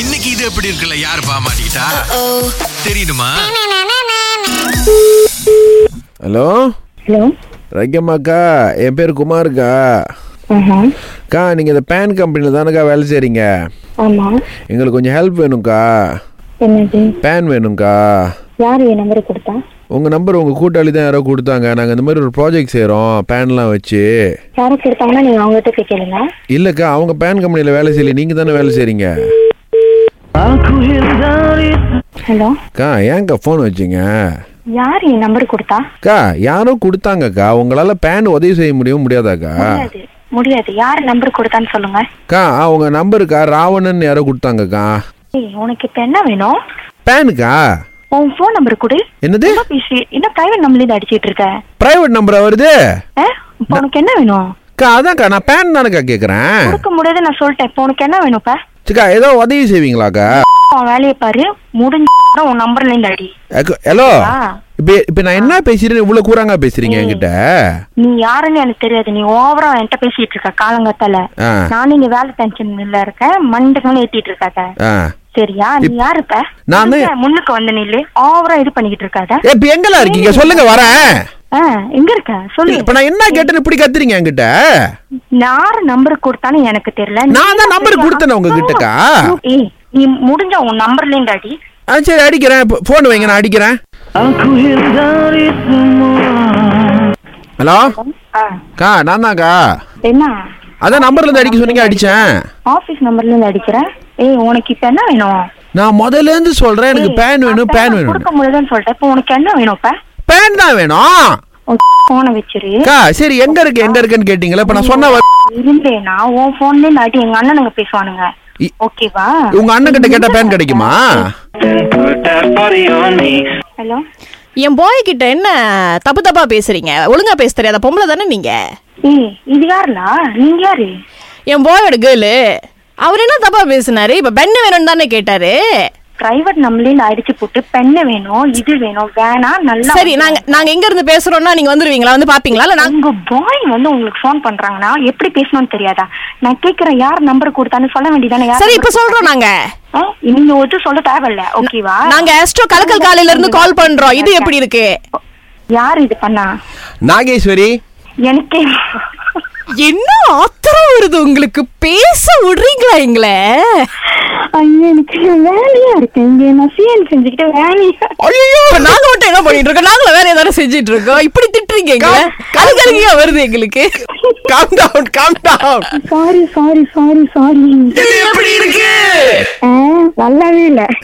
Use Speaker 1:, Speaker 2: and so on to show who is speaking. Speaker 1: இன்னைக்கு இது எப்படி இருக்குல்ல யார் பாமாட்டா தெரியுமா
Speaker 2: ஹலோ
Speaker 3: ஹலோ
Speaker 2: ரங்கம்மாக்கா என் பேர் குமாருக்கா
Speaker 3: ஆஹா
Speaker 2: அக்கா நீங்கள் இந்த பேன் கம்பெனியில் தானக்கா வேலை செய்கிறீங்க
Speaker 3: ஆமா
Speaker 2: எங்களுக்கு கொஞ்சம் ஹெல்ப் வேணும்க்கா
Speaker 3: என்னது
Speaker 2: பேன் வேணும்க்கா
Speaker 3: யார் என் நம்பர் கொடுத்தா
Speaker 2: உங்கள் நம்பர் உங்கள் கூட்டாளி தான் யாரோ கொடுத்தாங்க நாங்கள் இந்த மாதிரி ஒரு ப்ராஜெக்ட் செய்கிறோம் பேன்லாம் வச்சு
Speaker 3: யாரை கொடுத்தாங்கன்னா நீங்க அவங்ககிட்ட போய் கேளுங்க
Speaker 2: இல்லைக்கா அவங்க பேன் கம்பெனியில் வேலை செய்யல நீங்கள் தானே வேலை செய்கிறீங்க
Speaker 3: ஹலோ
Speaker 2: அக்கா ஏன்க்கா ஃபோன் வச்சிங்க
Speaker 3: யார் என் நம்பர் கொடுத்தா
Speaker 2: அக்கா யாரோ கொடுத்தாங்கக்கா உங்களால் பேன் உதவி செய்ய முடியும் முடியாதாக்கா
Speaker 3: முடியாது முடியாது யார் நம்பர் கொடுத்தான்னு சொல்லுங்க
Speaker 2: அக்கா அவங்க நம்பருக்கா ராவணன் யாரோ கொடுத்தாங்கக்கா
Speaker 3: ஏய், உனக்கு இப்ப என்ன வேணும்
Speaker 2: பேனுக்கா
Speaker 3: உன் ஃபோன் நம்பர் கொடு
Speaker 2: என்னது
Speaker 3: என்ன பேசி என்ன பிரைவேட் நம்பர்ல அடிச்சிட்டு இருக்க
Speaker 2: பிரைவேட் நம்பரா வருது
Speaker 3: ஆ? இப்ப உனக்கு என்ன வேணும்
Speaker 2: அக்கா அதான்க்கா நான் பேன் தானக்கா கேட்குறேன்
Speaker 3: கொடுக்க முடியாது நான் சொல்லிட்டேன் இப்ப உனக்கு என்ன வேணும் இப்ப
Speaker 2: சிக்கா ஏதோ உதவி செய்வீங்களாக்கா
Speaker 3: உன் வேலையை பாரு முடிஞ்ச அப்புறம் உன் நம்பர்ல இருந்து அடி
Speaker 2: ஹலோ
Speaker 3: ஆ.
Speaker 2: இப்போ இப்போ நான் என்ன பேசுறேன் இவ்வளோ கூறாங்க பேசுறீங்க என்கிட்ட
Speaker 3: நீ யாருன்னு எனக்கு தெரியாது நீ ஓவரா என்கிட்ட பேசிட்டு இருக்க காலங்கத்தால
Speaker 2: ஆ.
Speaker 3: நானும் இங்க வேலை டென்ஷன்ல இருக்கேன் மண்டக்கணும் ஏத்திட்டு இருக்காத
Speaker 2: ஆ
Speaker 3: சரியா நீ யாரு இப்ப
Speaker 2: நான் தான்-
Speaker 3: முன்னுக்கு- முன்னுக்கு வந்து நில்லு ஓவரா இது பண்ணிக்கிட்டு இருக்காத
Speaker 2: ஏ, இப்போ எங்கெல்லாம் இருக்கீங்க சொல்லுங்க வரேன்
Speaker 3: ஆ, எங்க இருக்க சொல்லு
Speaker 2: இப்போ நான் என்ன கேட்டேன்னு இப்படி கத்துறீங்க என்கிட்ட
Speaker 3: யாரு நம்பர் கொடுத்தானு எனக்கு தெரியல நீ
Speaker 2: நான் தான் number
Speaker 3: சரியா?
Speaker 2: கொடுத்தேனே உங்ககிட்டக்கா.
Speaker 3: ஏய் நீ முடிஞ்ச உன் நம்பர்ல இருந்து அடி
Speaker 2: ஆ சரி அடிக்கிறேன் ஃபோன் வைங்க நான் அடிக்கிறேன் ஹலோ
Speaker 3: ஆ,
Speaker 2: அக்கா நான் தான்க்கா
Speaker 3: என்ன
Speaker 2: அதான் நம்பர்ல இருந்து அடிக்க சொன்னீங்க அடிச்சேன்
Speaker 3: ஆபீஸ் நம்பர்ல இருந்து அடிக்கிற ஏய் உனக்கு இப்ப என்ன வேணும்
Speaker 2: நான் முதல்ல இருந்து சொல்றேன் எனக்கு
Speaker 3: ஏய்,
Speaker 2: பேன் வேணும்
Speaker 3: அப்ப
Speaker 2: பேன்
Speaker 3: நான்
Speaker 2: வேணும்
Speaker 3: கொடுக்க முடியாதுன்னு சொல்லிட்டேன் இப்ப உனக்கு என்ன வேணும் இப்ப
Speaker 2: பேன் தான் வேணும்
Speaker 3: உன் போனை வச்சிரு
Speaker 2: அக்கா சரி எங்க இருக்கு எங்க இருக்குன்னு கேட்டீங்களா இப்ப நான் சொன்ன வ-
Speaker 3: இருந்தேனா உன் போன்ல நாட்டி எங்க அண்ணனுங்க பேசுவானுங்க
Speaker 2: இ-
Speaker 3: ஓகேவா
Speaker 2: உங்க அண்ணன் கிட்ட கேட்டா பேன் கிடைக்குமா
Speaker 4: Put that body on me.
Speaker 3: Hello
Speaker 5: என் பாய் கிட்ட என்ன தப்பு தப்பா பேசுறீங்க ஒழுங்கா பேச தெரியாத பொம்பளை தானே நீங்க
Speaker 3: ஏய் இது யாருலா நீங்க யாரு
Speaker 5: என் பாயோட கேர்ளு அவர் என்ன தப்பா பேசினாரு இப்ப பெண்ணு வேணும்னு தானே கேட்டாரு
Speaker 3: பிரைவேட் நம்மளே அடிச்சு போட்டு பெண்ணு வேணும் இது வேணும் வேணா நல்லா
Speaker 5: சரி நாங்க நாங்க எங்க இருந்து பேசுறோம்னா நீங்க வந்துருவீங்களா வந்து பாப்பீங்களா இல்ல நாங்க
Speaker 3: உங்க பாய் வந்து உங்களுக்கு ஃபோன் பண்றாங்கன்னா எப்படி பேசணும்னு தெரியாதா நான் கேக்குறேன் யார் நம்பர் கொடுத்தான்னு சொல்ல வேண்டியதானே யார்
Speaker 5: சரி
Speaker 3: number
Speaker 5: இப்ப சொல்றோம் நாங்க
Speaker 3: ஆ, நீங்க ஒத்து சொல்ல தேவையில்ல ஓகேவா
Speaker 5: நாங்க ஆஸ்ட்ரோ கலக்கல் காலையில இருந்து கால் பண்றோம் இது எப்படி இருக்கு
Speaker 3: யார் இது பண்ணா
Speaker 2: நாகேஸ்வரி
Speaker 3: எனக்கே
Speaker 5: என்ன ஆத்திரம் வருது உங்களுக்கு பேச விடுறீங்களா எங்களை
Speaker 3: ஐயோ எனக்கு வேலையா இருக்கு இங்க நான் சீன் செஞ்சுக்கிட்டு வேலையா
Speaker 5: ஐயோ நாங்க மட்டும் என்ன பண்ணிட்டு இருக்கோம் நாங்களும் வேற ஏதாவது செஞ்சிட்டு இருக்கோம் இப்படி திட்டுறீங்க எங்களை கலக்கலகையா வருது எங்களுக்கு
Speaker 2: calm down calm down
Speaker 3: sorry sorry sorry sorry
Speaker 2: எப்படி இருக்கு
Speaker 3: நல்லாவே இல்ல